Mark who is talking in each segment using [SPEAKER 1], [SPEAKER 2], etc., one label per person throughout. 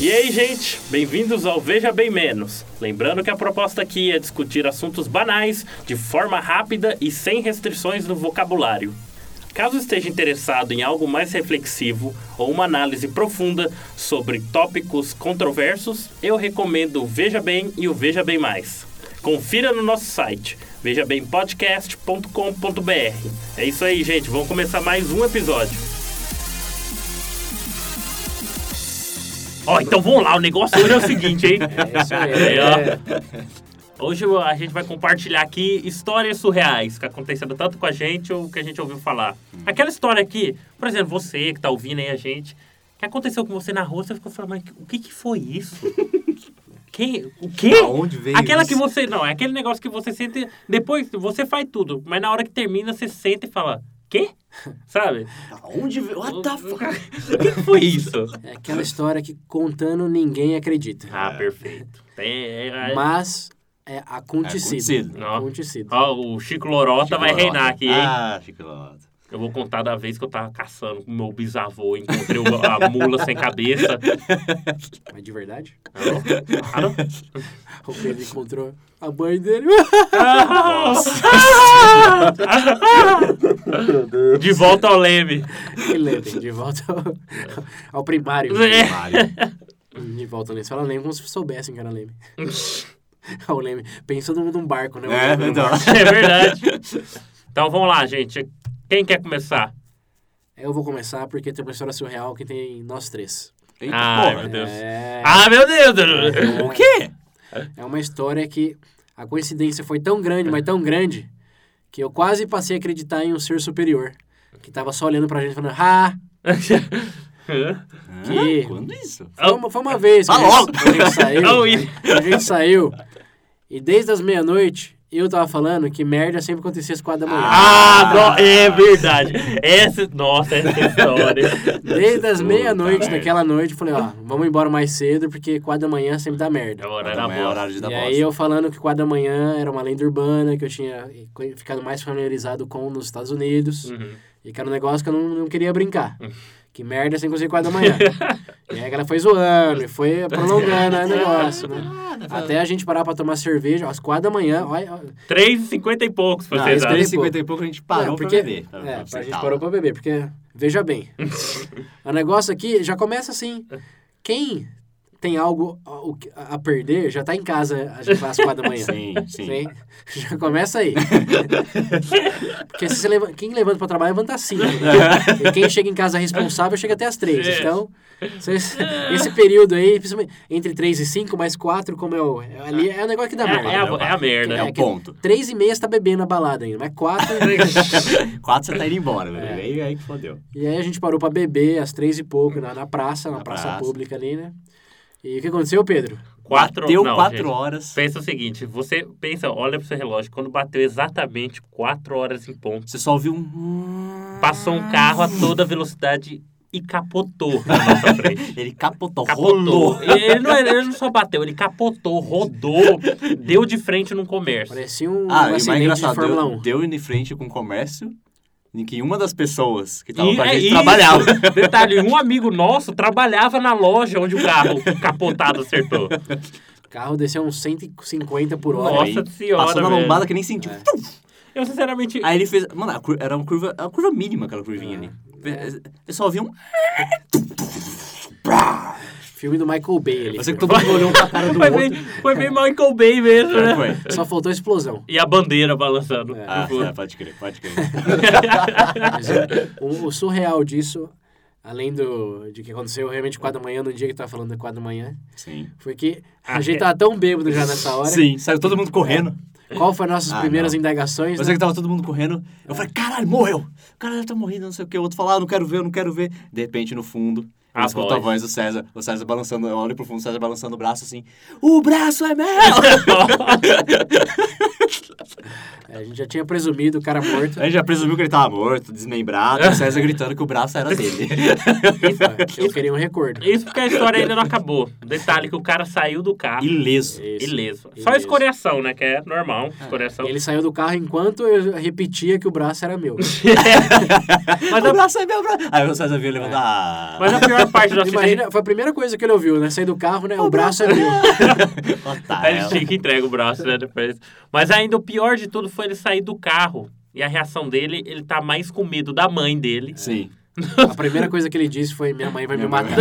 [SPEAKER 1] E aí, gente, bem-vindos ao Veja Bem Menos. Lembrando que a proposta aqui é discutir assuntos banais de forma rápida e sem restrições no vocabulário. Caso esteja interessado em algo mais reflexivo ou uma análise profunda sobre tópicos controversos, eu recomendo o Veja Bem e o Veja Bem Mais. Confira no nosso site vejabempodcast.com.br. É isso aí, gente, vamos começar mais um episódio. Ó, então vamos lá, o negócio hoje é o seguinte, hein?
[SPEAKER 2] É isso aí.
[SPEAKER 1] Aí,
[SPEAKER 2] É.
[SPEAKER 1] ó. Hoje a gente vai compartilhar aqui histórias surreais que aconteceram tanto com a gente ou que a gente ouviu falar. Aquela história aqui, por exemplo, você que tá ouvindo aí a gente, que aconteceu com você na rua, você ficou falando, mas o que que foi isso? Quem? O quê?
[SPEAKER 3] Da onde veio
[SPEAKER 1] Aquela
[SPEAKER 3] isso?
[SPEAKER 1] que você. Não, é aquele negócio que você sente. Depois você faz tudo, mas na hora que termina, você senta e fala, quê? Sabe?
[SPEAKER 3] Da onde veio? What the fuck?
[SPEAKER 1] O que que foi isso?
[SPEAKER 2] É aquela história que contando ninguém acredita.
[SPEAKER 1] Ah, perfeito. Tem, é- é-
[SPEAKER 2] Mas é acontecido. É
[SPEAKER 3] acontecido.
[SPEAKER 1] Não.
[SPEAKER 2] acontecido.
[SPEAKER 1] Ó, o Chico Lorota vai
[SPEAKER 3] Chiclota.
[SPEAKER 1] reinar aqui, hein?
[SPEAKER 3] Ah, Chiclota.
[SPEAKER 1] Eu vou contar da vez que eu tava caçando com meu bisavô, encontrei o- a mula sem cabeça.
[SPEAKER 2] Mas de verdade?
[SPEAKER 1] Claro.
[SPEAKER 2] O Pedro encontrou a mãe dele.
[SPEAKER 1] De volta ao leme.
[SPEAKER 2] E lembrem, de volta ao, ao primário.
[SPEAKER 1] É.
[SPEAKER 3] Mário.
[SPEAKER 2] De volta ao Leme. Você fala Leme como se soubessem que era Leme. Ah, o Leme. Pensa num, num barco, né? O
[SPEAKER 3] É,
[SPEAKER 2] Leme num
[SPEAKER 3] então.
[SPEAKER 2] barco.
[SPEAKER 1] É verdade. Então vamos lá, gente. Quem quer começar?
[SPEAKER 2] Eu vou começar porque tem uma história surreal que tem nós três.
[SPEAKER 3] Eita,
[SPEAKER 1] Ai,
[SPEAKER 3] porra.
[SPEAKER 1] Ah, meu Deus.
[SPEAKER 2] É, um
[SPEAKER 1] Ah, meu Deus!
[SPEAKER 3] O quê?
[SPEAKER 2] é uma história que a coincidência foi tão grande, mas tão grande, que eu quase passei a acreditar em um ser superior. Que tava só olhando pra gente falando, ah,
[SPEAKER 3] Hã?
[SPEAKER 2] Que?
[SPEAKER 3] Quando isso?
[SPEAKER 2] Foi uma, foi uma vez. que
[SPEAKER 3] Tá
[SPEAKER 2] a gente-
[SPEAKER 3] logo.
[SPEAKER 2] A gente
[SPEAKER 1] Não,
[SPEAKER 2] saiu.
[SPEAKER 1] e-
[SPEAKER 2] a gente saiu. E desde as meia-noite, eu tava falando que merda sempre acontecia às quatro da manhã.
[SPEAKER 1] Ah, no- é verdade. Essa, nossa, essa história.
[SPEAKER 2] Desde as
[SPEAKER 3] Puta
[SPEAKER 2] meia-noite
[SPEAKER 3] merda.
[SPEAKER 2] daquela noite, eu falei, ó, vamos embora mais cedo, porque quatro da manhã sempre dá merda.
[SPEAKER 1] Agora era
[SPEAKER 3] Também É
[SPEAKER 1] bosta.
[SPEAKER 3] horário de
[SPEAKER 2] E
[SPEAKER 3] dar bosta.
[SPEAKER 2] aí eu falando que quatro da manhã era uma lenda urbana, que eu tinha ficado mais familiarizado com nos Estados Unidos.
[SPEAKER 1] Uhum.
[SPEAKER 2] E que era um negócio que eu não, não queria brincar. Que merda sem conseguir quatro da manhã. e aí ela foi zoando, e foi prolongando o negócio, né? Até a gente parar pra tomar cerveja às quatro da manha. Olha, olha.
[SPEAKER 1] 3,50 e poucos, pra
[SPEAKER 3] Não,
[SPEAKER 1] ser
[SPEAKER 3] às
[SPEAKER 1] exato.
[SPEAKER 3] 3h50 e pouco a gente parou
[SPEAKER 2] Não,
[SPEAKER 3] pra tá
[SPEAKER 2] porque-
[SPEAKER 3] beber. pra-
[SPEAKER 2] É,
[SPEAKER 3] pra
[SPEAKER 2] a gente
[SPEAKER 3] sentar
[SPEAKER 2] parou
[SPEAKER 3] lá.
[SPEAKER 2] pra beber, porque veja bem. o negócio aqui já começa assim. Quem tem algo a, o que- a perder já tá em casa às às quatro da manhã.
[SPEAKER 3] Sim, sim.
[SPEAKER 2] Sim. Já começa aí. Porque se você leva- quem levanta pra trabalhar levanta às 5. E quem chega em casa responsável chega até às 3.
[SPEAKER 1] É.
[SPEAKER 2] Então, vocês- esse período aí, principalmente entre 3 e 5, mais 4, como é o. é Ali é o negócio que dá merda.
[SPEAKER 1] É, é a, é a merda.
[SPEAKER 3] É o
[SPEAKER 2] que-
[SPEAKER 3] ponto.
[SPEAKER 2] 3 e meia você tá bebendo a balada ainda, mas 4.
[SPEAKER 3] Quatro você tá indo embora,
[SPEAKER 2] É.
[SPEAKER 3] meu amigo. Aí, aí que fodeu.
[SPEAKER 2] e aí a gente parou pra beber às 3 e pouco na, na praça, na,
[SPEAKER 3] Na
[SPEAKER 2] praça,
[SPEAKER 3] praça.
[SPEAKER 2] pública ali, né? E o que aconteceu, Pedro?
[SPEAKER 1] Quatro,
[SPEAKER 3] Deu
[SPEAKER 1] não,
[SPEAKER 3] quatro
[SPEAKER 1] gente.
[SPEAKER 3] horas.
[SPEAKER 1] Pensa o seguinte, você pensa, olha pro seu relógio, quando bateu exatamente 4 horas em ponto,
[SPEAKER 3] Você só ouviu um...
[SPEAKER 1] passou um carro a toda velocidade e capotou na nossa frente.
[SPEAKER 3] Ele capotou,
[SPEAKER 1] Capotou.
[SPEAKER 3] rolou.
[SPEAKER 1] Ele não, é, ele não só bateu, ele capotou, rodou, deu de frente num comércio.
[SPEAKER 2] Parecia um, um
[SPEAKER 3] Ah, e o mais
[SPEAKER 2] acidente de
[SPEAKER 3] engraçado,
[SPEAKER 2] Fórmula
[SPEAKER 3] deu,
[SPEAKER 2] 1.
[SPEAKER 3] deu em frente com o comércio em que uma das pessoas que tava
[SPEAKER 1] E
[SPEAKER 3] com a
[SPEAKER 1] é
[SPEAKER 3] gente
[SPEAKER 1] isso.
[SPEAKER 3] Tá, trabalhava.
[SPEAKER 1] Detalhe, um amigo nosso trabalhava na loja onde o carro capotado acertou.
[SPEAKER 2] O carro desceu uns 150 por hora.
[SPEAKER 1] Nossa
[SPEAKER 3] Aí
[SPEAKER 1] senhora,
[SPEAKER 3] Passou na
[SPEAKER 1] velho.
[SPEAKER 3] lombada que nem sentiu.
[SPEAKER 2] É.
[SPEAKER 3] Tum!
[SPEAKER 1] Eu sinceramente...
[SPEAKER 3] Aí ele fez. Mano, a cur- era uma curva, era uma curva mínima aquela
[SPEAKER 1] É.
[SPEAKER 3] curvinha ali. Eu só ouvi um.
[SPEAKER 2] Filme do Michael Bay ali.
[SPEAKER 3] Eu sei que
[SPEAKER 2] cara.
[SPEAKER 3] todo mundo olhou um pra cara do
[SPEAKER 1] Foi bem,
[SPEAKER 3] outro.
[SPEAKER 1] foi bem Michael Bay mesmo, né?
[SPEAKER 3] É, Foi.
[SPEAKER 2] Só faltou explosão.
[SPEAKER 1] E a bandeira balançando.
[SPEAKER 2] É.
[SPEAKER 3] Ah,
[SPEAKER 1] Uhum.
[SPEAKER 3] é, pode crer, pode crer.
[SPEAKER 2] Mas, é, o, o surreal disso, além do de que aconteceu realmente 4 da manhã, no dia que tava falando 4 da manhã,
[SPEAKER 3] Sim.
[SPEAKER 2] foi que
[SPEAKER 1] Ah,
[SPEAKER 2] a gente
[SPEAKER 1] é.
[SPEAKER 2] tava tão bêbado já nessa hora.
[SPEAKER 3] Sim, saiu todo mundo correndo.
[SPEAKER 2] Qual foi nossas
[SPEAKER 3] Ah,
[SPEAKER 2] primeiras
[SPEAKER 3] não.
[SPEAKER 1] É.
[SPEAKER 2] indagações?
[SPEAKER 3] Eu
[SPEAKER 2] Né?
[SPEAKER 3] sei que tava todo mundo correndo. Eu falei, caralho, morreu. O cara tá morrendo, não sei o que. O outro fala, ah, não quero ver, eu não quero ver. De repente, no fundo,
[SPEAKER 1] A
[SPEAKER 3] eu escuto a
[SPEAKER 1] voz.
[SPEAKER 3] voz do César. O César balançando, eu olho pro fundo, o César balançando o braço assim. O braço é meu!
[SPEAKER 2] A gente já tinha presumido o cara morto.
[SPEAKER 3] A gente já presumiu que ele tava morto, desmembrado, o César gritando que o braço era dele.
[SPEAKER 2] Eu queria um recorde.
[SPEAKER 1] Isso porque a história ainda não acabou. Detalhe que o cara saiu do carro.
[SPEAKER 3] Ileso.
[SPEAKER 2] Isso.
[SPEAKER 1] Ileso. Só
[SPEAKER 2] Ileso.
[SPEAKER 1] escoriação, né? Que é normal. Escoriação.
[SPEAKER 2] Ele saiu do carro enquanto eu repetia que o braço era meu.
[SPEAKER 1] Mas
[SPEAKER 3] o
[SPEAKER 1] a, É.
[SPEAKER 3] braço é meu, braço. Aí o César viu levantar.
[SPEAKER 1] mas a pior parte do acidente.
[SPEAKER 2] Imagina, foi a primeira coisa que ele ouviu, né? Sair do carro, né? O braço é meu.
[SPEAKER 1] Aí
[SPEAKER 3] Otário.
[SPEAKER 1] ele tinha que entrega o braço, né? Depois. Mas ainda o pior de tudo foi ele sair do carro. E a reação dele, ele tá mais com medo da mãe dele.
[SPEAKER 3] Sim.
[SPEAKER 2] A primeira coisa que ele disse foi: Minha mãe vai me matar.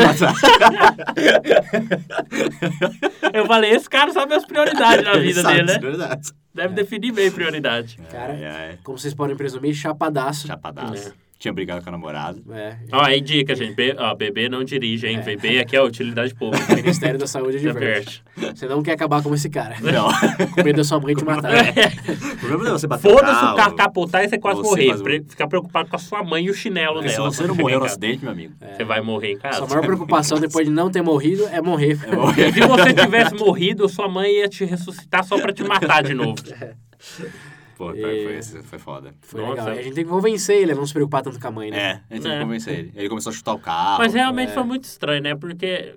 [SPEAKER 1] Eu falei, esse cara sabe as prioridades na vida
[SPEAKER 3] Sabe,
[SPEAKER 1] dele,
[SPEAKER 3] isso é
[SPEAKER 1] né?
[SPEAKER 3] verdade.
[SPEAKER 1] Deve definir bem prioridade.
[SPEAKER 2] Cara,
[SPEAKER 3] Ai, ai.
[SPEAKER 2] como vocês podem presumir, chapadaço.
[SPEAKER 3] Chapadaço.
[SPEAKER 1] É.
[SPEAKER 3] Tinha brigado com a namorada.
[SPEAKER 2] É,
[SPEAKER 1] Ó, aí dica, gente. Be ó, bebê não dirige, hein? Bebê aqui é a utilidade pública.
[SPEAKER 2] Ministério da
[SPEAKER 1] Se
[SPEAKER 2] Saúde diverte.
[SPEAKER 1] aperte.
[SPEAKER 2] Você não quer acabar como esse cara.
[SPEAKER 3] Não.
[SPEAKER 2] Com medo da sua mãe te matar.
[SPEAKER 3] O problema não é você bater
[SPEAKER 1] Foda-se o carro
[SPEAKER 3] carro.
[SPEAKER 1] capotar e você quase
[SPEAKER 3] Você
[SPEAKER 1] morrer.
[SPEAKER 3] quase morrer.
[SPEAKER 1] Pre- Ficar preocupado com a sua mãe e o chinelo
[SPEAKER 3] Porque É, Se
[SPEAKER 1] dela.
[SPEAKER 3] você
[SPEAKER 1] quando
[SPEAKER 3] não
[SPEAKER 1] chegar
[SPEAKER 3] morrer
[SPEAKER 1] em
[SPEAKER 3] no
[SPEAKER 1] casa.
[SPEAKER 3] acidente, meu amigo.
[SPEAKER 2] É.
[SPEAKER 1] Você vai morrer em casa.
[SPEAKER 2] Sua maior preocupação depois de não ter morrido é morrer.
[SPEAKER 3] É bom.
[SPEAKER 1] E se você tivesse morrido, sua mãe ia te ressuscitar só pra te matar de novo.
[SPEAKER 3] Pô, foi, foi, esse- foi foda.
[SPEAKER 2] Foi
[SPEAKER 1] Nossa.
[SPEAKER 2] legal. E a gente tem que convencer ele a não se preocupar tanto com a mãe, né?
[SPEAKER 3] É, a gente tem
[SPEAKER 1] É.
[SPEAKER 3] que convencer ele. Ele começou a chutar o carro.
[SPEAKER 1] Mas é, realmente foi muito estranho, né? Porque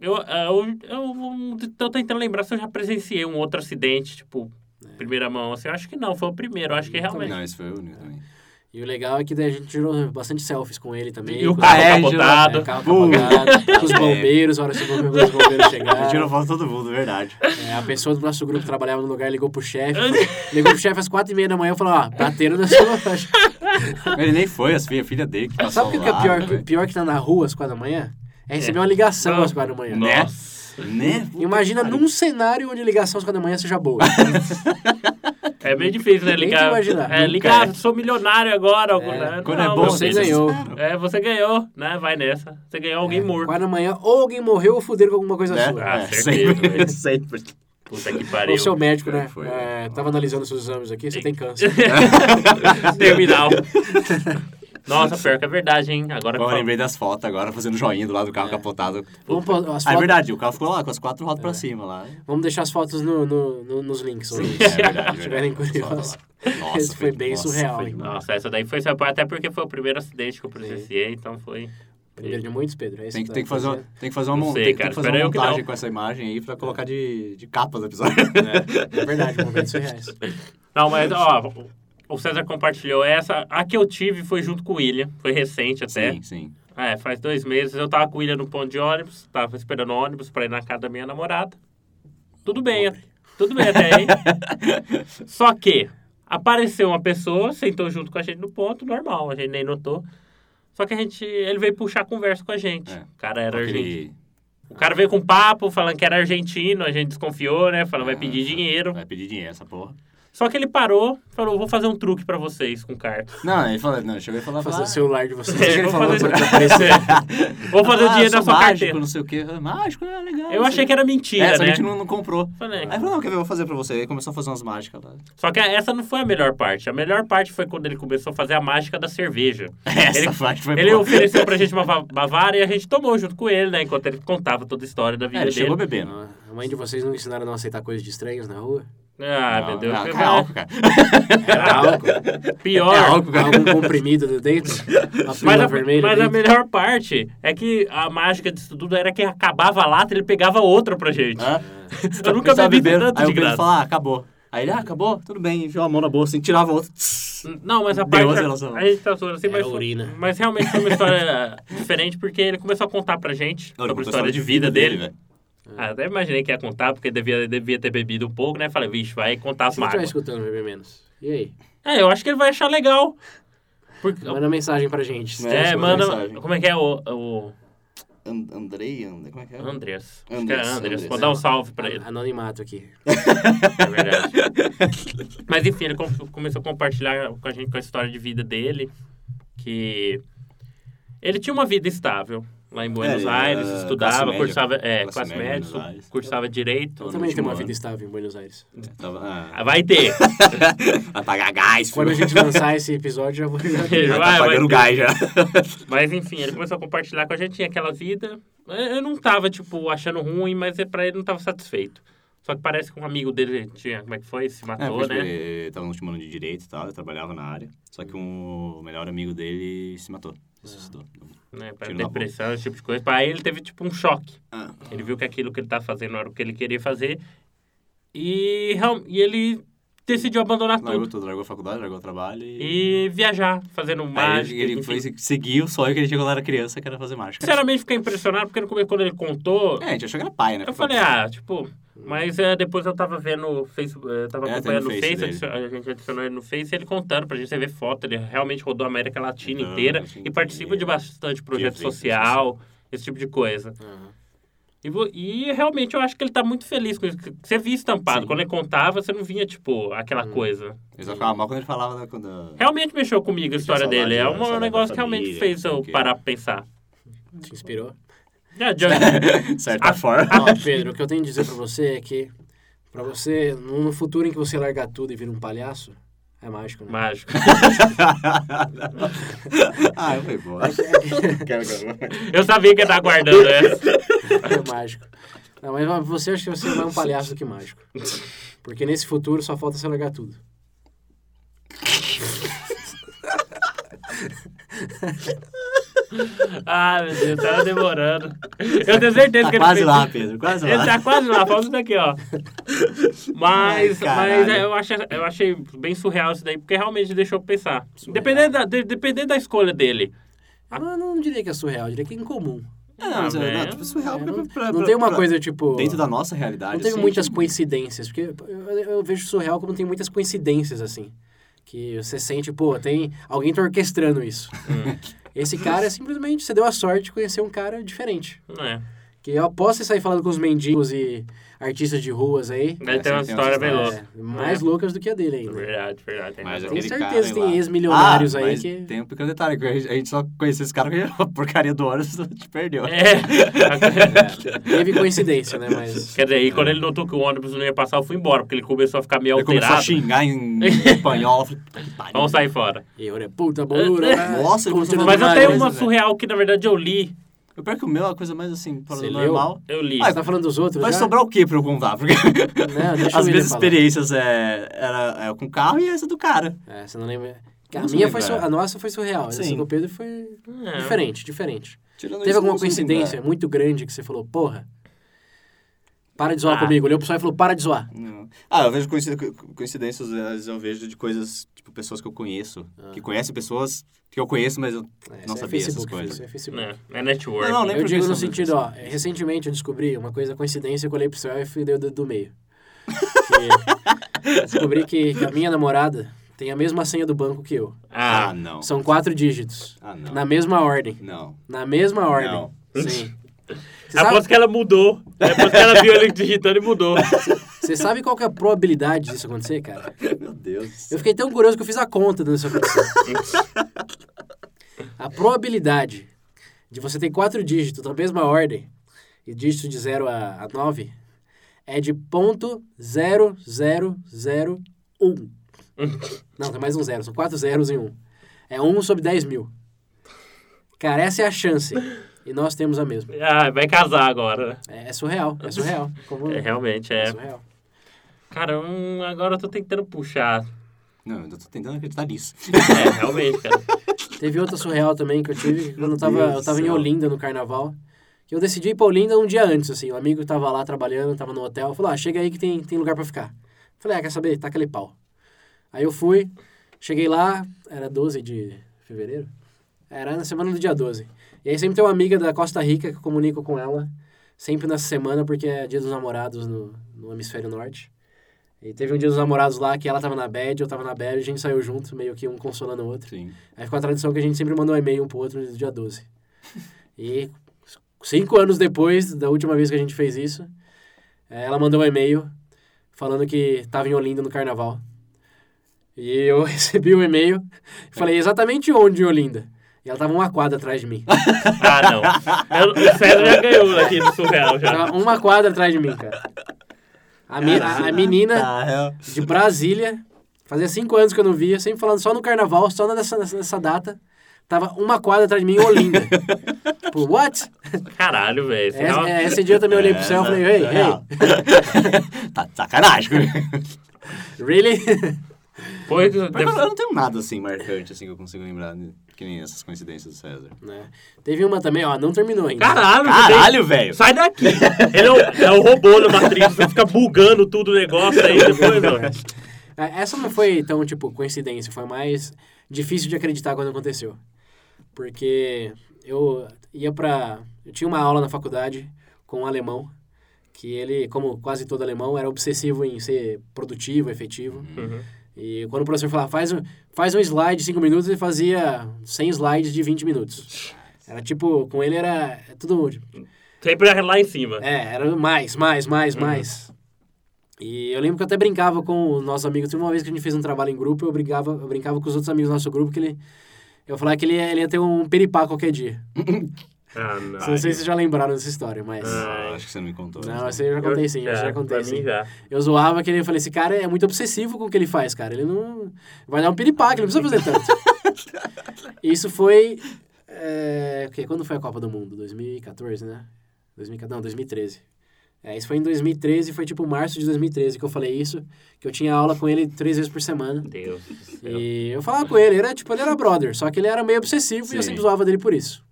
[SPEAKER 1] eu, ah, eu, eu, tô tentando lembrar se eu já presenciei um outro acidente, tipo,
[SPEAKER 3] É.
[SPEAKER 1] primeira mão. Assim, eu acho que não, foi o primeiro. Eu acho que realmente.
[SPEAKER 3] Não, esse foi o único também.
[SPEAKER 2] E o legal é que daí a gente tirou bastante selfies com ele também.
[SPEAKER 1] E o
[SPEAKER 2] com
[SPEAKER 1] carro
[SPEAKER 3] é,
[SPEAKER 1] capotado.
[SPEAKER 2] É, carro
[SPEAKER 3] Bum.
[SPEAKER 2] apagado,
[SPEAKER 3] É.
[SPEAKER 2] com os bombeiros, a hora que os bombe- os bombeiros
[SPEAKER 3] A gente não
[SPEAKER 2] chegaram.
[SPEAKER 3] fala todo mundo, verdade.
[SPEAKER 2] É, a pessoa do nosso grupo que trabalhava no lugar, ligou pro chefe. Ligou pro chefe às quatro e meia da manhã e falou, ó, bateram na sua loja.
[SPEAKER 3] Ele nem foi, as filhas, a filha dele que passou
[SPEAKER 2] Sabe o que que é
[SPEAKER 3] lá,
[SPEAKER 2] pior? que-
[SPEAKER 3] Tá velho.
[SPEAKER 2] Pior que tá na rua às quatro da manhã? É receber uma ligação às quatro da manhã.
[SPEAKER 3] Né?
[SPEAKER 1] Nossa.
[SPEAKER 3] Né? Puta
[SPEAKER 2] Imagina
[SPEAKER 3] que
[SPEAKER 2] num cenário onde ligação às quatro da manhã seja boa.
[SPEAKER 1] É meio difícil, né?
[SPEAKER 2] Nem te
[SPEAKER 1] Ligar.
[SPEAKER 2] imaginar.
[SPEAKER 1] É, ligar, sou milionário agora. algo,
[SPEAKER 2] É,
[SPEAKER 1] né?
[SPEAKER 3] Quando é
[SPEAKER 1] Não,
[SPEAKER 3] bom,
[SPEAKER 2] você
[SPEAKER 3] vocês
[SPEAKER 2] ganhou. É,
[SPEAKER 3] esperam.
[SPEAKER 1] É, você ganhou, né? Vai nessa. Você ganhou alguém morto.
[SPEAKER 2] Quatro da manhã, ou alguém morreu ou fuderam com alguma coisa sua.
[SPEAKER 1] Ah,
[SPEAKER 3] É,
[SPEAKER 1] certeza, velho.
[SPEAKER 3] sempre. sempre.
[SPEAKER 1] Puta que
[SPEAKER 2] O
[SPEAKER 1] pariu.
[SPEAKER 2] seu médico, né?
[SPEAKER 3] Foi.
[SPEAKER 2] É, tava analisando seus exames aqui, você tem câncer.
[SPEAKER 1] Terminal. Nossa, pior que é verdade, hein? Agora que
[SPEAKER 3] Agora eu
[SPEAKER 1] fala-
[SPEAKER 3] lembrei das fotos agora, fazendo joinha do lado do
[SPEAKER 1] É.
[SPEAKER 3] carro capotado.
[SPEAKER 2] Vamos, pôr as
[SPEAKER 3] Ah, é
[SPEAKER 2] fotos-
[SPEAKER 3] verdade, o carro ficou lá com as quatro rodas pra
[SPEAKER 1] É.
[SPEAKER 3] cima lá.
[SPEAKER 2] vamos deixar as fotos no- no- no- nos links. ouvintes.
[SPEAKER 3] É verdade.
[SPEAKER 2] Se tiverem
[SPEAKER 3] verdade.
[SPEAKER 2] curiosos.
[SPEAKER 3] Nossa,
[SPEAKER 2] Esse foi bem
[SPEAKER 3] nossa,
[SPEAKER 2] surreal,
[SPEAKER 3] foi-
[SPEAKER 2] hein?
[SPEAKER 1] Nossa, essa daí foi essa parte, até porque foi o primeiro acidente que eu presenciei, então foi.
[SPEAKER 2] Primeiro de muitos, Pedro. É isso
[SPEAKER 3] Tem que,
[SPEAKER 2] tá
[SPEAKER 3] tem, que fazer, uma-
[SPEAKER 2] fazendo.
[SPEAKER 3] tem que fazer uma,
[SPEAKER 1] Não
[SPEAKER 3] mon-
[SPEAKER 1] sei,
[SPEAKER 3] tem que
[SPEAKER 1] cara,
[SPEAKER 3] fazer
[SPEAKER 1] espera
[SPEAKER 3] uma
[SPEAKER 1] aí que não. É.
[SPEAKER 3] montagem com essa imagem aí pra colocar de, de capa do episódio.
[SPEAKER 2] É verdade, momentos reais.
[SPEAKER 1] Não, mas ó, o César compartilhou essa. A que eu tive foi junto com o William, foi recente até.
[SPEAKER 3] Sim, sim.
[SPEAKER 1] É, faz dois meses. Eu tava com o William no ponto de ônibus, tava esperando o ônibus pra ir na casa da minha namorada. Tudo bem, tudo bem até aí. Só que apareceu uma pessoa, sentou junto com a gente no ponto, normal, a gente nem notou. Só que a gente, ele veio puxar conversa com a gente.
[SPEAKER 3] É.
[SPEAKER 1] O cara era argentino.
[SPEAKER 3] Aquele-
[SPEAKER 1] O cara veio com um papo, falando que era argentino, a gente desconfiou, né? Falando, vai
[SPEAKER 3] Ah,
[SPEAKER 1] pedir dinheiro.
[SPEAKER 3] Vai pedir dinheiro essa porra.
[SPEAKER 1] Só que ele parou, falou, vou fazer um truque pra vocês com cartas.
[SPEAKER 3] Não, ele falou, não, chegou e falou.
[SPEAKER 2] Fazer
[SPEAKER 3] ah,
[SPEAKER 2] Tá o celular de vocês.
[SPEAKER 1] É,
[SPEAKER 2] Ele
[SPEAKER 1] vou
[SPEAKER 2] falou
[SPEAKER 1] fazer-
[SPEAKER 2] pra aparecer.
[SPEAKER 1] Vou fazer
[SPEAKER 3] ah,
[SPEAKER 1] o dinheiro
[SPEAKER 3] eu
[SPEAKER 1] na
[SPEAKER 3] sou
[SPEAKER 1] sua
[SPEAKER 3] mágico,
[SPEAKER 1] carteira.
[SPEAKER 3] não sei o quê. Eu falei, Mágico, é legal.
[SPEAKER 1] Eu achei que era mentira,
[SPEAKER 3] Essa
[SPEAKER 1] né? É.
[SPEAKER 3] gente não, não comprou.
[SPEAKER 1] Falei.
[SPEAKER 3] Aí falou, não, quer ver, eu vou fazer pra você. Aí começou a fazer umas mágicas lá.
[SPEAKER 1] Só que essa não foi a melhor parte. A melhor parte foi quando ele começou a fazer a mágica da cerveja.
[SPEAKER 3] Essa
[SPEAKER 1] ele
[SPEAKER 3] parte foi
[SPEAKER 1] É, ele
[SPEAKER 3] boa.
[SPEAKER 1] ofereceu pra gente uma va- Bavária e a gente tomou junto com ele, né? Enquanto ele contava toda a história da
[SPEAKER 3] É,
[SPEAKER 1] vida
[SPEAKER 3] ele
[SPEAKER 1] dele.
[SPEAKER 3] chegou bebendo.
[SPEAKER 2] Ah, A mãe de vocês não ensinaram a não aceitar coisas de estranhos na rua?
[SPEAKER 1] Ah,
[SPEAKER 3] Não,
[SPEAKER 1] meu Deus.
[SPEAKER 3] não,
[SPEAKER 1] que
[SPEAKER 3] cara, álcool, cara. Tá
[SPEAKER 2] Era álcool?
[SPEAKER 1] Pior.
[SPEAKER 3] É álcool, cara.
[SPEAKER 2] Tá Algum comprimido do dentro? Uma
[SPEAKER 1] Mas,
[SPEAKER 2] pílula
[SPEAKER 1] a,
[SPEAKER 2] vermelha
[SPEAKER 1] mas a
[SPEAKER 2] dentro?
[SPEAKER 1] melhor parte é que a mágica disso tudo era que acabava a lata, ele pegava outra pra gente.
[SPEAKER 3] Hã?
[SPEAKER 1] Eu nunca
[SPEAKER 3] Tava
[SPEAKER 1] bebi
[SPEAKER 3] bebendo.
[SPEAKER 1] tanto
[SPEAKER 3] Ah, Aí
[SPEAKER 1] de
[SPEAKER 3] o Pedro
[SPEAKER 1] graça.
[SPEAKER 3] fala, ah, acabou. Aí ele, ah, acabou, tudo bem. Enfiou a mão na bolsa, e tirava outra. tss.
[SPEAKER 1] Não, mas a
[SPEAKER 3] Deu
[SPEAKER 1] parte.
[SPEAKER 3] as
[SPEAKER 1] A,
[SPEAKER 3] relações.
[SPEAKER 1] gente tá zoando assim,
[SPEAKER 2] Era
[SPEAKER 1] mas, foi-
[SPEAKER 2] urina.
[SPEAKER 1] mas realmente foi uma história diferente, porque ele começou a contar pra gente
[SPEAKER 3] Não, ele
[SPEAKER 1] sobre
[SPEAKER 3] contou
[SPEAKER 1] a história de vida dele.
[SPEAKER 3] velho.
[SPEAKER 1] Ah, até imaginei que ia contar, porque devia, devia ter bebido um pouco, né? Falei, vixe, vai contar as
[SPEAKER 2] Se não estiver
[SPEAKER 1] mágoas.
[SPEAKER 2] escutando, bebê menos. E aí?
[SPEAKER 1] É, eu acho que ele vai achar legal. Porque,
[SPEAKER 2] Manda mensagem pra gente. se
[SPEAKER 3] É,
[SPEAKER 2] tem
[SPEAKER 1] é,
[SPEAKER 2] escutando.
[SPEAKER 1] manda.
[SPEAKER 3] mensagem.
[SPEAKER 1] Como é que é o. o
[SPEAKER 3] And- Andrei, Andrei, como é que é?
[SPEAKER 1] Andrés. Acho que
[SPEAKER 3] Andrés,
[SPEAKER 1] era Andrés.
[SPEAKER 3] Andrés.
[SPEAKER 1] Vou dar um salve pra ele.
[SPEAKER 2] Anonimato aqui.
[SPEAKER 1] É verdade. Mas enfim, ele com- começou a compartilhar com a gente com a história de vida dele, que ele tinha uma vida estável lá em Buenos
[SPEAKER 3] ele era
[SPEAKER 1] Aires,
[SPEAKER 3] É, classe
[SPEAKER 1] estudava,
[SPEAKER 3] média.
[SPEAKER 1] cursava, é,
[SPEAKER 3] Classe
[SPEAKER 1] classe
[SPEAKER 3] média em
[SPEAKER 1] média,
[SPEAKER 3] Buenos Aires.
[SPEAKER 1] cursava direito.
[SPEAKER 2] Eu também
[SPEAKER 3] no
[SPEAKER 2] tenho
[SPEAKER 3] último
[SPEAKER 2] uma
[SPEAKER 3] ano.
[SPEAKER 2] vida estável em Buenos Aires.
[SPEAKER 3] Tava, ah,
[SPEAKER 1] Ah, Vai ter.
[SPEAKER 3] vai pagar gás, filho.
[SPEAKER 2] Quando a gente lançar esse episódio, já vou... já tem.
[SPEAKER 1] Vai,
[SPEAKER 3] Vai,
[SPEAKER 1] vai
[SPEAKER 3] tá pagando
[SPEAKER 1] ter.
[SPEAKER 3] gás já.
[SPEAKER 1] Mas enfim, ele começou a compartilhar com a gente tinha aquela vida. Eu eu não tava tipo achando ruim, mas é para ele não tava satisfeito. Só que parece que um amigo dele tinha, como é que foi? Se
[SPEAKER 3] É,
[SPEAKER 1] matou,
[SPEAKER 3] porque, tipo,
[SPEAKER 1] né?
[SPEAKER 3] ele tava no último ano de direito e tal, eu trabalhava na área. Só que um, o melhor amigo dele se matou, se suicidou.
[SPEAKER 1] né? Pra
[SPEAKER 3] Tiro na
[SPEAKER 1] depressão, esse tipo de coisa. Aí ele teve tipo um choque.
[SPEAKER 3] Ah.
[SPEAKER 1] Ele viu que aquilo que ele tava fazendo era o que ele queria fazer. E, real- e ele decidiu abandonar
[SPEAKER 3] Largou
[SPEAKER 1] tudo.
[SPEAKER 3] tudo, largou a faculdade, largou o trabalho e.
[SPEAKER 1] E viajar, fazendo
[SPEAKER 3] Aí
[SPEAKER 1] mágica.
[SPEAKER 3] ele, ele
[SPEAKER 1] enfim.
[SPEAKER 3] foi seguir o sonho que ele tinha quando era criança, que era fazer mágica.
[SPEAKER 1] Sinceramente, fiquei impressionado, porque no começo, quando ele contou,
[SPEAKER 3] É, a gente achou que era pai, né?
[SPEAKER 1] eu falei, ah, tipo... Mas eh, depois eu tava vendo o Facebook, eh, tava
[SPEAKER 3] É, tá
[SPEAKER 1] acompanhando
[SPEAKER 3] no
[SPEAKER 1] no Face,
[SPEAKER 3] Face dele.
[SPEAKER 1] adicion- a gente adicionou ele no Face e ele contando pra gente, você vê foto, ele realmente rodou a América Latina
[SPEAKER 3] Então,
[SPEAKER 1] inteira
[SPEAKER 3] assim,
[SPEAKER 1] e participa de
[SPEAKER 3] é,
[SPEAKER 1] bastante projeto
[SPEAKER 3] eu vi isso,
[SPEAKER 1] social, esse tipo de coisa.
[SPEAKER 2] Aham.
[SPEAKER 1] E, vo- e realmente eu acho que ele tá muito feliz com isso. que Você via estampado.
[SPEAKER 3] Sim. Hum.
[SPEAKER 1] Quando ele contava, você não vinha, tipo, aquela coisa.
[SPEAKER 3] Eu só ficava mal quando ele falava né, quando.
[SPEAKER 1] Realmente mexeu comigo a história
[SPEAKER 3] saudade,
[SPEAKER 1] dele. É
[SPEAKER 3] né,
[SPEAKER 1] um
[SPEAKER 3] saudade da
[SPEAKER 1] negócio que
[SPEAKER 3] família,
[SPEAKER 1] realmente fez
[SPEAKER 3] não sei
[SPEAKER 1] eu
[SPEAKER 3] o quê.
[SPEAKER 1] parar pra pensar.
[SPEAKER 2] Te inspirou?
[SPEAKER 1] É, Johnny,
[SPEAKER 3] De certa forma.
[SPEAKER 2] Ó, Pedro, o que eu tenho a dizer pra você é que, pra você, no no futuro em que você largar tudo e vira um palhaço, é mágico, né?
[SPEAKER 1] mágico.
[SPEAKER 3] ah, foi boa. Quero que
[SPEAKER 1] Eu sabia que ele tava guardando essa.
[SPEAKER 2] É mágico. Não, mas ó, você acha que você é mais um palhaço do que mágico. Porque nesse futuro só falta você largar tudo.
[SPEAKER 1] Ah, meu Deus, tava demorando. Eu tenho certeza
[SPEAKER 3] Tá
[SPEAKER 1] que ele
[SPEAKER 3] quase
[SPEAKER 1] fez-
[SPEAKER 3] lá, Pedro, quase
[SPEAKER 1] Ele
[SPEAKER 3] lá.
[SPEAKER 1] tá quase lá, falta isso daqui, ó. Mas,
[SPEAKER 3] Ai,
[SPEAKER 1] mas
[SPEAKER 3] caralho.
[SPEAKER 1] é, eu, achei, eu achei bem surreal isso daí, porque realmente deixou eu pensar. Dependendo da, de- dependendo da escolha dele.
[SPEAKER 2] Ah, não, não diria que é surreal, eu diria que é incomum.
[SPEAKER 3] Não, mas é,
[SPEAKER 1] velho.
[SPEAKER 3] não, tipo, surreal.
[SPEAKER 2] É,
[SPEAKER 3] pra-
[SPEAKER 2] não,
[SPEAKER 3] pra-
[SPEAKER 2] não
[SPEAKER 3] pra-
[SPEAKER 2] tem uma
[SPEAKER 3] pra-
[SPEAKER 2] coisa, tipo...
[SPEAKER 3] Dentro da nossa realidade.
[SPEAKER 2] Não teve
[SPEAKER 3] assim,
[SPEAKER 2] muitas
[SPEAKER 3] tipo,
[SPEAKER 2] coincidências, porque eu, eu vejo surreal como tem muitas coincidências, assim. Que você sente, pô, tem alguém tá orquestrando isso. Esse cara é simplesmente, você deu a sorte de conhecer um cara diferente.
[SPEAKER 1] Não é.
[SPEAKER 2] Que eu aposto você sair falando com os mendigos e artistas de ruas aí.
[SPEAKER 1] Deve
[SPEAKER 3] É,
[SPEAKER 1] ter uma
[SPEAKER 3] sempre tem umas
[SPEAKER 1] história bem
[SPEAKER 3] histórias.
[SPEAKER 1] louca.
[SPEAKER 2] é, mais loucas do que a dele ainda.
[SPEAKER 1] Verdade, verdade. tem
[SPEAKER 3] Mas
[SPEAKER 1] razão.
[SPEAKER 2] Com
[SPEAKER 3] aquele
[SPEAKER 2] certeza
[SPEAKER 3] cara, hein,
[SPEAKER 2] tem
[SPEAKER 3] lá.
[SPEAKER 2] ex-milionários
[SPEAKER 3] Ah,
[SPEAKER 2] aí
[SPEAKER 3] mas
[SPEAKER 2] que-
[SPEAKER 3] Tem um pequeno detalhe, que a gente- a gente só conheceu esse cara porque a porcaria do ônibus te perdeu.
[SPEAKER 1] É.
[SPEAKER 2] Teve coincidência, né? Mas.
[SPEAKER 1] Quer dizer, e quando ele notou que o ônibus não ia passar, eu fui embora, porque ele começou a ficar meio
[SPEAKER 3] Ele começou a
[SPEAKER 1] alterado.
[SPEAKER 3] xingar em espanhol. eu falei, "Puta que pariu."
[SPEAKER 1] Vamos sair fora.
[SPEAKER 2] Eu era puta bolura.
[SPEAKER 3] Nossa, ele começou a
[SPEAKER 1] Mas
[SPEAKER 3] falar
[SPEAKER 1] eu
[SPEAKER 3] Várias
[SPEAKER 1] tenho
[SPEAKER 3] vezes,
[SPEAKER 1] uma
[SPEAKER 3] né?
[SPEAKER 1] surreal que, na verdade, eu li.
[SPEAKER 3] Eu pior que o meu é a coisa mais assim, fora
[SPEAKER 2] Você
[SPEAKER 3] do
[SPEAKER 2] leu?
[SPEAKER 3] normal.
[SPEAKER 1] Eu li.
[SPEAKER 3] Ah,
[SPEAKER 2] Você tá falando dos outros?
[SPEAKER 3] Vai
[SPEAKER 2] já?
[SPEAKER 3] sobrar o que pra eu contar? Porque
[SPEAKER 2] Não, deixa
[SPEAKER 3] as
[SPEAKER 2] o William
[SPEAKER 3] minhas
[SPEAKER 2] falar.
[SPEAKER 3] experiências é, era é com carro e essa do cara.
[SPEAKER 2] É, você não lembra. A
[SPEAKER 3] Não
[SPEAKER 2] minha foi
[SPEAKER 3] lembro,
[SPEAKER 2] sur-
[SPEAKER 3] é.
[SPEAKER 2] A nossa foi surreal. Essa
[SPEAKER 3] Sim.
[SPEAKER 2] do Pedro foi
[SPEAKER 1] É.
[SPEAKER 2] diferente, diferente.
[SPEAKER 3] Tirando
[SPEAKER 2] Teve
[SPEAKER 3] isso, é.
[SPEAKER 2] alguma
[SPEAKER 3] não consigo
[SPEAKER 2] coincidência
[SPEAKER 3] lembrar.
[SPEAKER 2] muito grande que você falou, porra, para de zoar
[SPEAKER 1] Ah.
[SPEAKER 2] comigo. Olhou pro sol e falou, para de zoar.
[SPEAKER 3] Não. Ah, eu vejo coincid- coincidências, às vezes eu vejo de coisas, tipo, pessoas que eu conheço.
[SPEAKER 2] Ah.
[SPEAKER 3] Que conhecem pessoas que eu conheço, mas
[SPEAKER 2] É,
[SPEAKER 3] eu
[SPEAKER 2] isso
[SPEAKER 3] não
[SPEAKER 2] é
[SPEAKER 3] sabia essas
[SPEAKER 2] Facebook,
[SPEAKER 3] coisas.
[SPEAKER 2] Isso é Facebook.
[SPEAKER 1] É, é network.
[SPEAKER 3] Não, não, nem
[SPEAKER 2] Eu
[SPEAKER 3] por
[SPEAKER 2] digo no
[SPEAKER 3] questão de-
[SPEAKER 2] sentido, ó, recentemente eu descobri uma coisa, coincidência, eu colhei pro céu e fui deu o dedo do meio. Que- eu descobri que, que a minha namorada tem a mesma senha do banco que eu.
[SPEAKER 1] Ah,
[SPEAKER 3] Ah, não.
[SPEAKER 2] São quatro dígitos.
[SPEAKER 3] Ah, não.
[SPEAKER 2] Na mesma ordem.
[SPEAKER 3] Não.
[SPEAKER 2] Na mesma ordem.
[SPEAKER 3] Não.
[SPEAKER 2] Sim. Você
[SPEAKER 1] aposto
[SPEAKER 2] sabe,
[SPEAKER 1] que ela mudou. Depois que ela viu ele digitando e mudou.
[SPEAKER 2] você sabe qual que é a probabilidade disso acontecer, cara?
[SPEAKER 3] Meu Deus. do céu.
[SPEAKER 2] Eu fiquei tão curioso que eu fiz a conta disso acontecer. a probabilidade de você ter quatro dígitos na mesma ordem, e dígito de 0 a 9, é de ponto 0001. Não, tem mais um zero, são quatro zeros em um. É um sobre 10 mil. Cara, essa é a chance. E nós temos a mesma.
[SPEAKER 1] Ah, vai casar agora.
[SPEAKER 2] É, é surreal, é surreal. Como-
[SPEAKER 1] É, realmente, é.
[SPEAKER 2] é surreal.
[SPEAKER 1] Cara, hum, agora eu tô tentando puxar.
[SPEAKER 3] Não, eu tô tentando acreditar nisso.
[SPEAKER 1] É, realmente, cara.
[SPEAKER 2] Teve outra surreal também que eu tive, que quando eu tava,
[SPEAKER 3] Deus
[SPEAKER 2] eu
[SPEAKER 3] do
[SPEAKER 2] tava em
[SPEAKER 3] céu.
[SPEAKER 2] Olinda no carnaval. Que eu decidi ir pra Olinda um dia antes, assim. Um amigo tava lá trabalhando, tava no hotel. Falou, ah, chega aí que tem, tem lugar pra ficar. Falei, ah, quer saber? Tá aquele pau. Aí eu fui, cheguei lá, era 12 de fevereiro. Era na semana do dia 12. E aí sempre tem uma amiga da Costa Rica que eu comunico com ela. Sempre nessa semana, porque é dia dos namorados no, no hemisfério norte. E teve um dia dos namorados lá que ela tava na bad, eu tava na bad, a gente saiu junto, meio que um consolando o outro.
[SPEAKER 3] Sim.
[SPEAKER 2] Aí ficou É a tradição que a gente sempre mandou um e-mail um pro outro no dia 12. E cinco anos depois da última vez que a gente fez isso, eh, ela mandou um e-mail falando que tava em Olinda no carnaval. E eu recebi o e-mail e falei exatamente onde em Olinda. E ela tava uma quadra atrás de mim.
[SPEAKER 1] Ah, não. Eu- o César já ganhou aqui no surreal já.
[SPEAKER 2] Tava uma quadra atrás de mim, cara. A, me- a- a menina
[SPEAKER 3] Ah, é.
[SPEAKER 2] de Brasília, fazia cinco anos que eu não via, sempre falando só no carnaval, só nessa, nessa data. Tava uma quadra atrás de mim em Olinda. tipo, what?
[SPEAKER 1] Caralho, velho. Você
[SPEAKER 2] Essa-
[SPEAKER 1] tava-
[SPEAKER 2] é, Esse dia eu também olhei pro céu e falei, hey, hey,
[SPEAKER 3] hey. é, tá de sacanagem.
[SPEAKER 2] really?
[SPEAKER 1] Foi,
[SPEAKER 3] Mas
[SPEAKER 1] deve-
[SPEAKER 3] Eu não tenho nada assim marcante assim que eu consigo lembrar, de- que nem essas coincidências do César.
[SPEAKER 2] Né? Teve uma também, ó, não terminou ainda.
[SPEAKER 1] Caralho, você-
[SPEAKER 3] Caralho, velho!
[SPEAKER 1] Sai daqui! Ele é o, é o robô da Matrix, você fica bugando tudo o negócio aí depois, né? ó.
[SPEAKER 2] É, Essa não foi tão, tipo, coincidência, foi mais difícil de acreditar quando aconteceu. Porque eu ia pra. Eu tinha uma aula na faculdade com um alemão, que ele, como quase todo alemão, era obsessivo em ser produtivo, efetivo.
[SPEAKER 1] Uhum.
[SPEAKER 2] E quando o professor falava, faz um, faz um slide de 5 minutos, ele fazia 100 slides de 20 minutos. Era tipo, com ele era tudo
[SPEAKER 1] Sempre é lá em cima.
[SPEAKER 2] é, era mais, mais,
[SPEAKER 1] Uhum.
[SPEAKER 2] mais, mais. E eu lembro que eu até brincava com os nossos amigos. Teve uma vez que a gente fez um trabalho em grupo, eu brincava, eu brincava com os outros amigos do nosso grupo que ele. Eu falava que ele, ia- ele ia ter um peripá qualquer dia.
[SPEAKER 1] Ah, não.
[SPEAKER 2] Não sei se vocês já lembraram dessa história, mas.
[SPEAKER 1] Ah,
[SPEAKER 3] Ah, acho que você não me contou.
[SPEAKER 2] Não,
[SPEAKER 3] né?
[SPEAKER 2] essa eu já contei sim, essa eu já
[SPEAKER 1] É, pra
[SPEAKER 2] contei
[SPEAKER 1] mim
[SPEAKER 2] sim.
[SPEAKER 1] já.
[SPEAKER 2] Eu zoava que ele eu falei, esse cara é muito obsessivo com o que ele faz, cara. Ele não. Vai dar um piripaque, ele não precisa fazer tanto. Isso foi. É... o quê? Quando foi a Copa do Mundo? 2014, né? 2014, não, 2013. É, isso foi em 2013, foi tipo março de 2013 que eu falei isso, que eu tinha aula com ele três vezes por semana.
[SPEAKER 1] Deus do céu.
[SPEAKER 2] E eu falava com ele, era tipo, ele era brother, só que ele era meio obsessivo e eu
[SPEAKER 3] Sim.
[SPEAKER 2] sempre zoava dele por isso.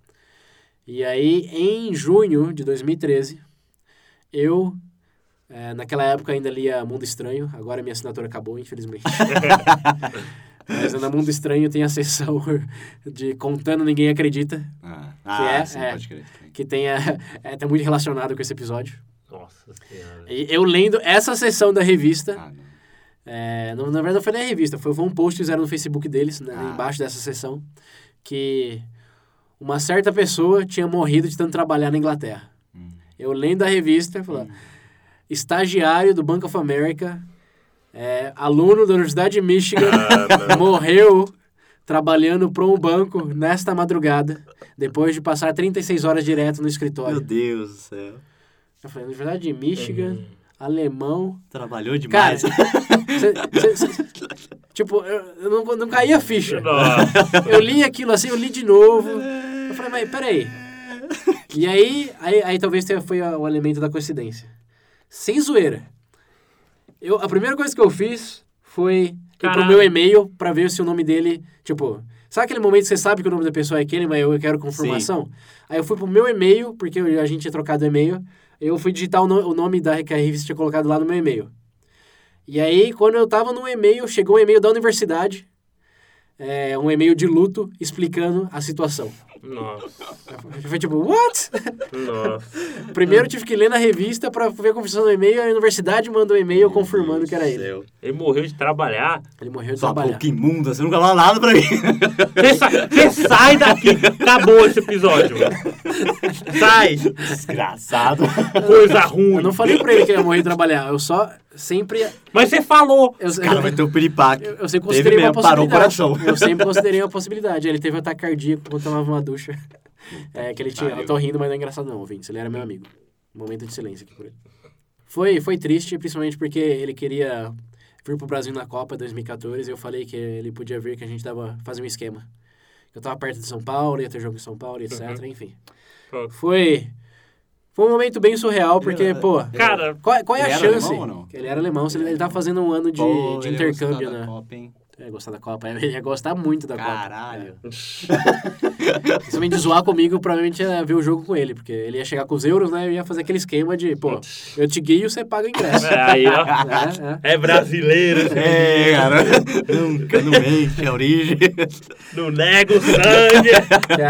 [SPEAKER 2] E aí, em junho de 2013, eu, eh, naquela época ainda lia Mundo Estranho, agora minha assinatura acabou, infelizmente. Mas na Mundo Estranho tem a sessão de Contando Ninguém Acredita,
[SPEAKER 3] Ah,
[SPEAKER 2] é,
[SPEAKER 3] ah sim,
[SPEAKER 2] é.
[SPEAKER 3] pode crer.
[SPEAKER 2] que tem a, é, tá muito relacionado com esse episódio.
[SPEAKER 1] Nossa senhora.
[SPEAKER 2] E eu lendo essa sessão da revista,
[SPEAKER 3] Ah, não.
[SPEAKER 2] É, não- na verdade, não foi nem a revista, foi, foi um post que fizeram no Facebook deles, né,
[SPEAKER 3] Ah.
[SPEAKER 2] embaixo dessa sessão, que uma certa pessoa tinha morrido de tanto trabalhar na Inglaterra.
[SPEAKER 3] Hum.
[SPEAKER 2] Eu lendo a revista, falando, estagiário do Bank of America, é, aluno da Universidade de Michigan,
[SPEAKER 3] Ah,
[SPEAKER 2] morreu trabalhando para um banco nesta madrugada, depois de passar 36 horas direto no
[SPEAKER 3] Meu Uhum.
[SPEAKER 2] escritório.
[SPEAKER 3] Deus do céu.
[SPEAKER 2] Eu falei, Universidade de Michigan, alemão,
[SPEAKER 3] Trabalhou
[SPEAKER 2] Cara,
[SPEAKER 3] demais.
[SPEAKER 2] cê- cê- cê- tipo, eu, eu não, não caía a ficha.
[SPEAKER 1] Nossa.
[SPEAKER 2] Eu li aquilo assim, eu li de novo. Eu falei, mas peraí. E aí, aí, aí talvez tenha- foi a- o elemento da coincidência. Sem zoeira. Eu, a primeira coisa que eu fiz foi ir pro
[SPEAKER 1] Caralho.
[SPEAKER 2] meu e-mail pra ver se o nome dele, tipo... Sabe aquele momento que você sabe que o nome da pessoa é aquele, mas eu eu quero confirmação? Aí eu fui pro meu e-mail, porque eu- a gente tinha trocado e-mail. Eu fui digitar o, no- o nome da que a revista tinha colocado lá no meu e-mail. E aí, quando eu tava no e-mail, chegou um e-mail da universidade, é, um e-mail de luto, explicando a situação.
[SPEAKER 1] Nossa.
[SPEAKER 2] Eu falei, tipo, what?
[SPEAKER 1] Nossa.
[SPEAKER 2] Primeiro eu tive que ler na revista pra ver a confissão do e-mail, a universidade mandou um e-mail confirmando que era ele.
[SPEAKER 1] Ele morreu de trabalhar.
[SPEAKER 2] Ele morreu de
[SPEAKER 3] Só
[SPEAKER 2] trabalhar.
[SPEAKER 3] pouco imunda, você nunca falou nada pra mim.
[SPEAKER 1] Você sa- você sai daqui. Acabou esse episódio, mano. Sai.
[SPEAKER 3] Desgraçado.
[SPEAKER 1] Coisa ruim.
[SPEAKER 2] Eu não falei pra ele que ele ia morrer de trabalhar, eu só sempre...
[SPEAKER 1] Mas você falou.
[SPEAKER 2] Eu,
[SPEAKER 3] Cara, vai ter um piripaque.
[SPEAKER 2] eu, eu sempre
[SPEAKER 3] Teve
[SPEAKER 2] considerei uma
[SPEAKER 3] mesmo, parou o
[SPEAKER 2] possibilidade.
[SPEAKER 3] coração.
[SPEAKER 2] Eu sempre considerei uma possibilidade. Ele teve um ataque cardíaco quando tomava uma ducha. É, que ele tinha... Eu tô rindo, mas não é engraçado não, ouvintes. Ele era meu amigo. Momento de silêncio aqui por ele. Foi, foi triste, principalmente porque ele queria vir pro Brasil na Copa 2014. Eu falei que ele podia vir, que a gente tava fazendo um esquema. Eu tava perto de São Paulo, ia ter jogo em São Paulo, etc.
[SPEAKER 3] Uhum.
[SPEAKER 2] Enfim.
[SPEAKER 1] Pô.
[SPEAKER 2] Foi. Foi um momento bem surreal, porque,
[SPEAKER 3] era-
[SPEAKER 2] pô.
[SPEAKER 1] Cara,
[SPEAKER 2] Qual, qual é
[SPEAKER 3] ele
[SPEAKER 2] a
[SPEAKER 3] era alemão
[SPEAKER 2] chance?
[SPEAKER 3] ou não?
[SPEAKER 2] Ele era alemão, se ele, ele tava fazendo um ano de,
[SPEAKER 3] Pô,
[SPEAKER 2] de
[SPEAKER 3] ele é ia gostar
[SPEAKER 2] intercâmbio,
[SPEAKER 3] da
[SPEAKER 2] né? Tá
[SPEAKER 3] Copa, hein?
[SPEAKER 2] Eu ia gostar da Copa, ele ia gostar muito da Copa.
[SPEAKER 3] Caralho.
[SPEAKER 2] Principalmente de zoar comigo, provavelmente ia ver o jogo com ele, porque ele ia chegar com os euros, né? Eu ia fazer aquele esquema de, pô, eu te guio, você paga o ingresso. Né?
[SPEAKER 1] É, aí, ó.
[SPEAKER 2] É, é.
[SPEAKER 1] É brasileiro, você
[SPEAKER 3] É, cara. Nunca, não mente a origem.
[SPEAKER 1] não nega o sangue.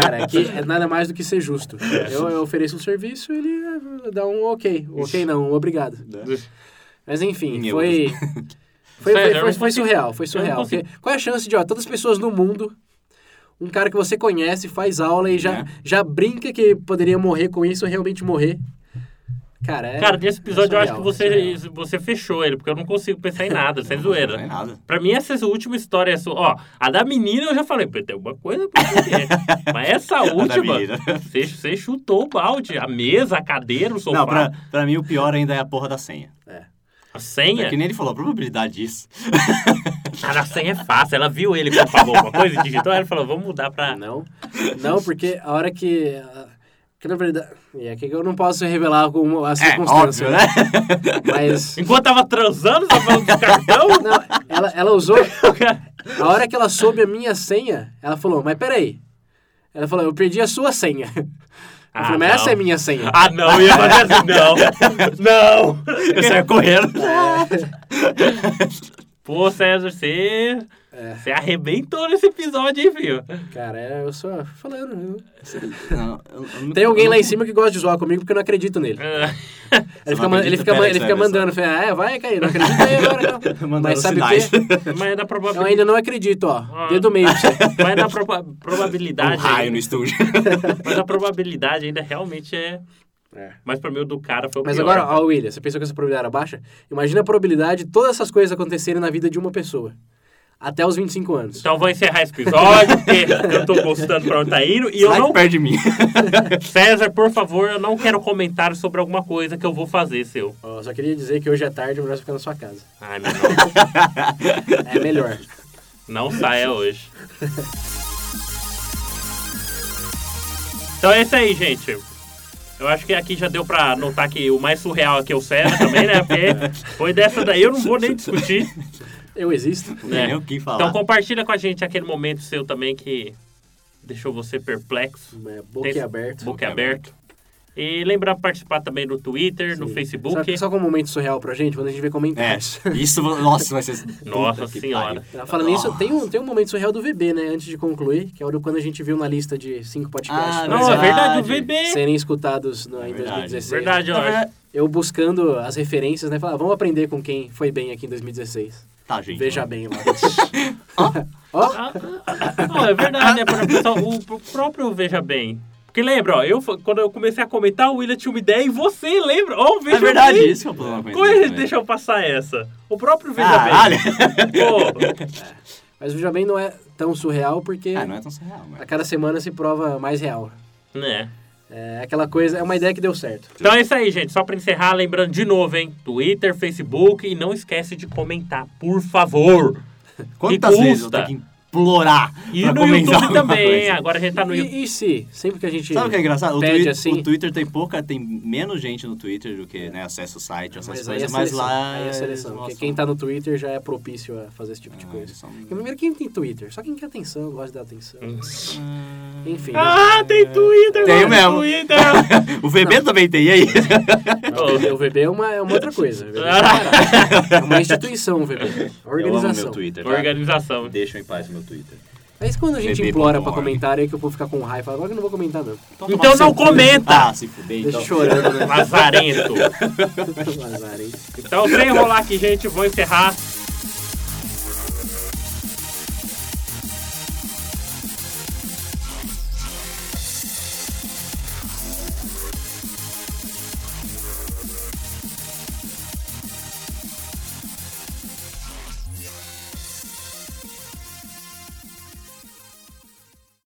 [SPEAKER 2] Cara, aqui é nada mais do que ser justo. Eu, eu ofereço um serviço, ele eh, dá um ok. Ok não, um obrigado. Mas enfim,
[SPEAKER 3] Né? Em
[SPEAKER 2] foi... Foi,
[SPEAKER 1] Sério,
[SPEAKER 2] foi,
[SPEAKER 1] eu
[SPEAKER 2] foi-
[SPEAKER 1] não
[SPEAKER 2] foi surreal, foi
[SPEAKER 1] eu
[SPEAKER 2] surreal.
[SPEAKER 1] não consigo.
[SPEAKER 2] porque qual é a chance de, ó, todas as pessoas no mundo, um cara que você conhece, faz aula e já,
[SPEAKER 3] É.
[SPEAKER 2] já brinca que poderia morrer com isso, realmente morrer? Cara, é,
[SPEAKER 1] Cara, nesse episódio eu acho que
[SPEAKER 2] surreal,
[SPEAKER 1] você,
[SPEAKER 2] surreal.
[SPEAKER 1] você fechou ele, porque eu não consigo pensar em nada, sem zoeira.
[SPEAKER 3] Não é nada.
[SPEAKER 1] Pra mim, essa última história é sua. Ó, a da menina eu já falei, "Pô, tem alguma coisa pra fazer. Mas essa última,
[SPEAKER 3] menina.
[SPEAKER 1] você, você chutou o balde. A mesa, a cadeira, o sofá,
[SPEAKER 3] Não, pra, pra mim o pior ainda é a porra da senha.
[SPEAKER 1] a
[SPEAKER 3] É
[SPEAKER 1] senha.
[SPEAKER 3] que nem ele falou, a probabilidade disso.
[SPEAKER 1] A Cara, a senha é fácil. Ela viu ele quando pagou alguma coisa e digitou. Ela falou, vamos mudar pra...
[SPEAKER 2] Não. Não, porque a hora que. ah, Que na verdade. É que eu não posso revelar como a circunstância,
[SPEAKER 3] óbvio, né?
[SPEAKER 2] Mas.
[SPEAKER 1] Enquanto tava transando, tava falando do cartão.
[SPEAKER 2] Não, ela, ela usou.
[SPEAKER 1] O cara-
[SPEAKER 2] A hora que ela soube a minha senha, ela falou, mas peraí. Ela falou, eu perdi a sua senha. Eu
[SPEAKER 1] Ah,
[SPEAKER 2] falei, mas
[SPEAKER 1] não.
[SPEAKER 2] essa é minha senha.
[SPEAKER 1] Ah, não, eu ia fazer assim, não. Não.
[SPEAKER 3] Eu saio correndo.
[SPEAKER 1] Pô, César, você...
[SPEAKER 2] É.
[SPEAKER 1] Você arrebentou nesse episódio, hein, filho?
[SPEAKER 2] Cara, é, eu só falando. né?
[SPEAKER 3] Não, eu- eu nunca-
[SPEAKER 2] Tem alguém lá em cima que gosta de zoar comigo porque eu não acredito nele. Ele fica,
[SPEAKER 3] não
[SPEAKER 2] man-
[SPEAKER 3] acredita?
[SPEAKER 2] ele fica,
[SPEAKER 3] Pera
[SPEAKER 2] man-
[SPEAKER 3] aí,
[SPEAKER 2] ele
[SPEAKER 3] você
[SPEAKER 2] fica
[SPEAKER 3] vai ver
[SPEAKER 2] mandando. Eu falei, ah, é, vai, cair, não acredito aí agora não.
[SPEAKER 3] Mandando
[SPEAKER 2] Mas sabe o
[SPEAKER 3] sinais. Um Ah.
[SPEAKER 2] quê?
[SPEAKER 1] Mas é da
[SPEAKER 2] Eu
[SPEAKER 1] probabilidade...
[SPEAKER 2] ainda não acredito, ó. Dedo meio pra você.
[SPEAKER 1] Mas é da proba-
[SPEAKER 3] Um
[SPEAKER 2] É
[SPEAKER 1] probabilidade...
[SPEAKER 3] raio no estúdio.
[SPEAKER 1] Mas a probabilidade ainda realmente é...
[SPEAKER 2] né? É.
[SPEAKER 1] Mas pra mim o do cara foi o
[SPEAKER 2] Mas
[SPEAKER 1] pior.
[SPEAKER 2] agora, ó, William, você pensou que essa probabilidade era baixa? Imagina a probabilidade de todas essas coisas acontecerem na vida de uma pessoa. Até os 25 anos.
[SPEAKER 1] Então vou encerrar esse episódio, porque eu tô gostando pra onde tá indo. E eu
[SPEAKER 3] Vai
[SPEAKER 1] não.
[SPEAKER 3] perto de mim.
[SPEAKER 1] César, por favor, eu não quero comentário sobre alguma coisa que eu vou fazer, seu.
[SPEAKER 2] Ó, só queria dizer que hoje à tarde é melhor você ficar na sua casa.
[SPEAKER 1] Ai, meu Deus.
[SPEAKER 2] É melhor.
[SPEAKER 1] Não saia hoje. Então é isso aí, gente. Eu acho que aqui já deu pra notar que o mais surreal aqui é o César também, né? Porque foi dessa daí, eu não vou nem discutir.
[SPEAKER 2] Eu existo.
[SPEAKER 3] Não tem nem o que falar.
[SPEAKER 1] Então compartilha com a gente aquele momento seu também que deixou você perplexo.
[SPEAKER 2] É, boca aberta.
[SPEAKER 1] Book aberto. E lembrar de participar também no Twitter, no
[SPEAKER 2] Só,
[SPEAKER 1] Facebook.
[SPEAKER 2] só com um momento surreal pra gente, quando a gente vê
[SPEAKER 3] É,
[SPEAKER 2] comentários.
[SPEAKER 3] isso, nossa, vai ser...
[SPEAKER 1] Nossa
[SPEAKER 3] Puta que
[SPEAKER 1] senhora.
[SPEAKER 3] pariu.
[SPEAKER 2] Tá, Falando nisso, tem um, tem um momento surreal do VB, né? Antes de concluir, que é o quando a gente viu na lista de cinco podcasts
[SPEAKER 3] Ah,
[SPEAKER 2] pra
[SPEAKER 1] Não, é verdade, o
[SPEAKER 3] Verdade.
[SPEAKER 1] VB.
[SPEAKER 2] serem escutados no- em
[SPEAKER 3] Verdade.
[SPEAKER 2] 2016.
[SPEAKER 1] Verdade, ó. Ah,
[SPEAKER 3] Na verdade-
[SPEAKER 2] Eu buscando as referências, né? Falar, vamos aprender com quem foi bem aqui em 2016.
[SPEAKER 3] Tá, gente.
[SPEAKER 2] Veja bem lá.
[SPEAKER 1] Ah, ah, Não, é verdade, né? Porque, pessoal, o pr- próprio Veja Bem. Porque lembra, ó, eu, fa- quando eu comecei a comentar, o William tinha uma ideia e você lembra. Ó, o Veja
[SPEAKER 3] É verdade,
[SPEAKER 1] Bem.
[SPEAKER 3] isso é um problema com
[SPEAKER 1] Como é que
[SPEAKER 3] ele
[SPEAKER 1] ele deixou passar essa? O próprio Veja
[SPEAKER 3] Caralho!
[SPEAKER 1] Bem. Pô,
[SPEAKER 2] Mas veja bem, não é tão surreal porque
[SPEAKER 3] Ah, não é tão surreal,
[SPEAKER 2] a
[SPEAKER 3] mas...
[SPEAKER 2] cada semana se prova mais real.
[SPEAKER 1] né?
[SPEAKER 2] É aquela coisa, é uma ideia que deu certo.
[SPEAKER 1] Então é isso aí, gente. Só pra encerrar, lembrando de novo, hein? Twitter, Facebook e não esquece de comentar, por favor.
[SPEAKER 3] Quantas
[SPEAKER 1] E
[SPEAKER 3] vezes eu
[SPEAKER 1] custa.
[SPEAKER 3] tenho que implorar
[SPEAKER 1] E
[SPEAKER 3] pra
[SPEAKER 1] no
[SPEAKER 3] comentar
[SPEAKER 1] YouTube
[SPEAKER 3] alguma
[SPEAKER 1] também, hein?
[SPEAKER 3] coisa?
[SPEAKER 1] Agora a gente tá no YouTube.
[SPEAKER 2] E, e se, sempre que a gente
[SPEAKER 3] Sabe o que é engraçado? O,
[SPEAKER 2] pede
[SPEAKER 3] Twitter-
[SPEAKER 2] assim...
[SPEAKER 3] o Twitter tem pouca, tem menos gente no Twitter do que, né, acessa o site, acessa as
[SPEAKER 2] Mas aí é
[SPEAKER 3] coisas,
[SPEAKER 2] seleção.
[SPEAKER 3] mas lá...
[SPEAKER 2] Aí é seleção.
[SPEAKER 3] eles
[SPEAKER 2] Porque
[SPEAKER 3] mostram-
[SPEAKER 2] quem tá no Twitter já é propício a fazer esse tipo de
[SPEAKER 3] Ah,
[SPEAKER 2] coisa.
[SPEAKER 3] eles são-
[SPEAKER 2] Porque primeiro quem tem Twitter? Só quem quer atenção, gosta de dar atenção.
[SPEAKER 1] Hum.
[SPEAKER 2] Enfim. né?
[SPEAKER 1] Ah, tem Twitter!
[SPEAKER 3] Tem
[SPEAKER 1] mano,
[SPEAKER 3] mesmo.
[SPEAKER 1] Twitter!
[SPEAKER 3] O VB também tem, e aí?
[SPEAKER 2] Não, o VB é uma, é uma outra coisa. O VB é separado. É uma instituição, o VB. Uma Organização.
[SPEAKER 3] Twitter, tá?
[SPEAKER 1] Organização.
[SPEAKER 3] Deixa em paz meu Twitter.
[SPEAKER 2] Mas quando a gente
[SPEAKER 3] VB.org.
[SPEAKER 2] implora pra comentar, aí que eu vou ficar com raiva. Agora eu não vou comentar, não.
[SPEAKER 1] Então não comenta!
[SPEAKER 3] Ah, tá se fuder,
[SPEAKER 2] Deixa
[SPEAKER 3] então.
[SPEAKER 2] chorando, né?
[SPEAKER 1] Lazarento.
[SPEAKER 2] Lazar, hein?
[SPEAKER 1] Então, sem enrolar aqui, gente, vou encerrar.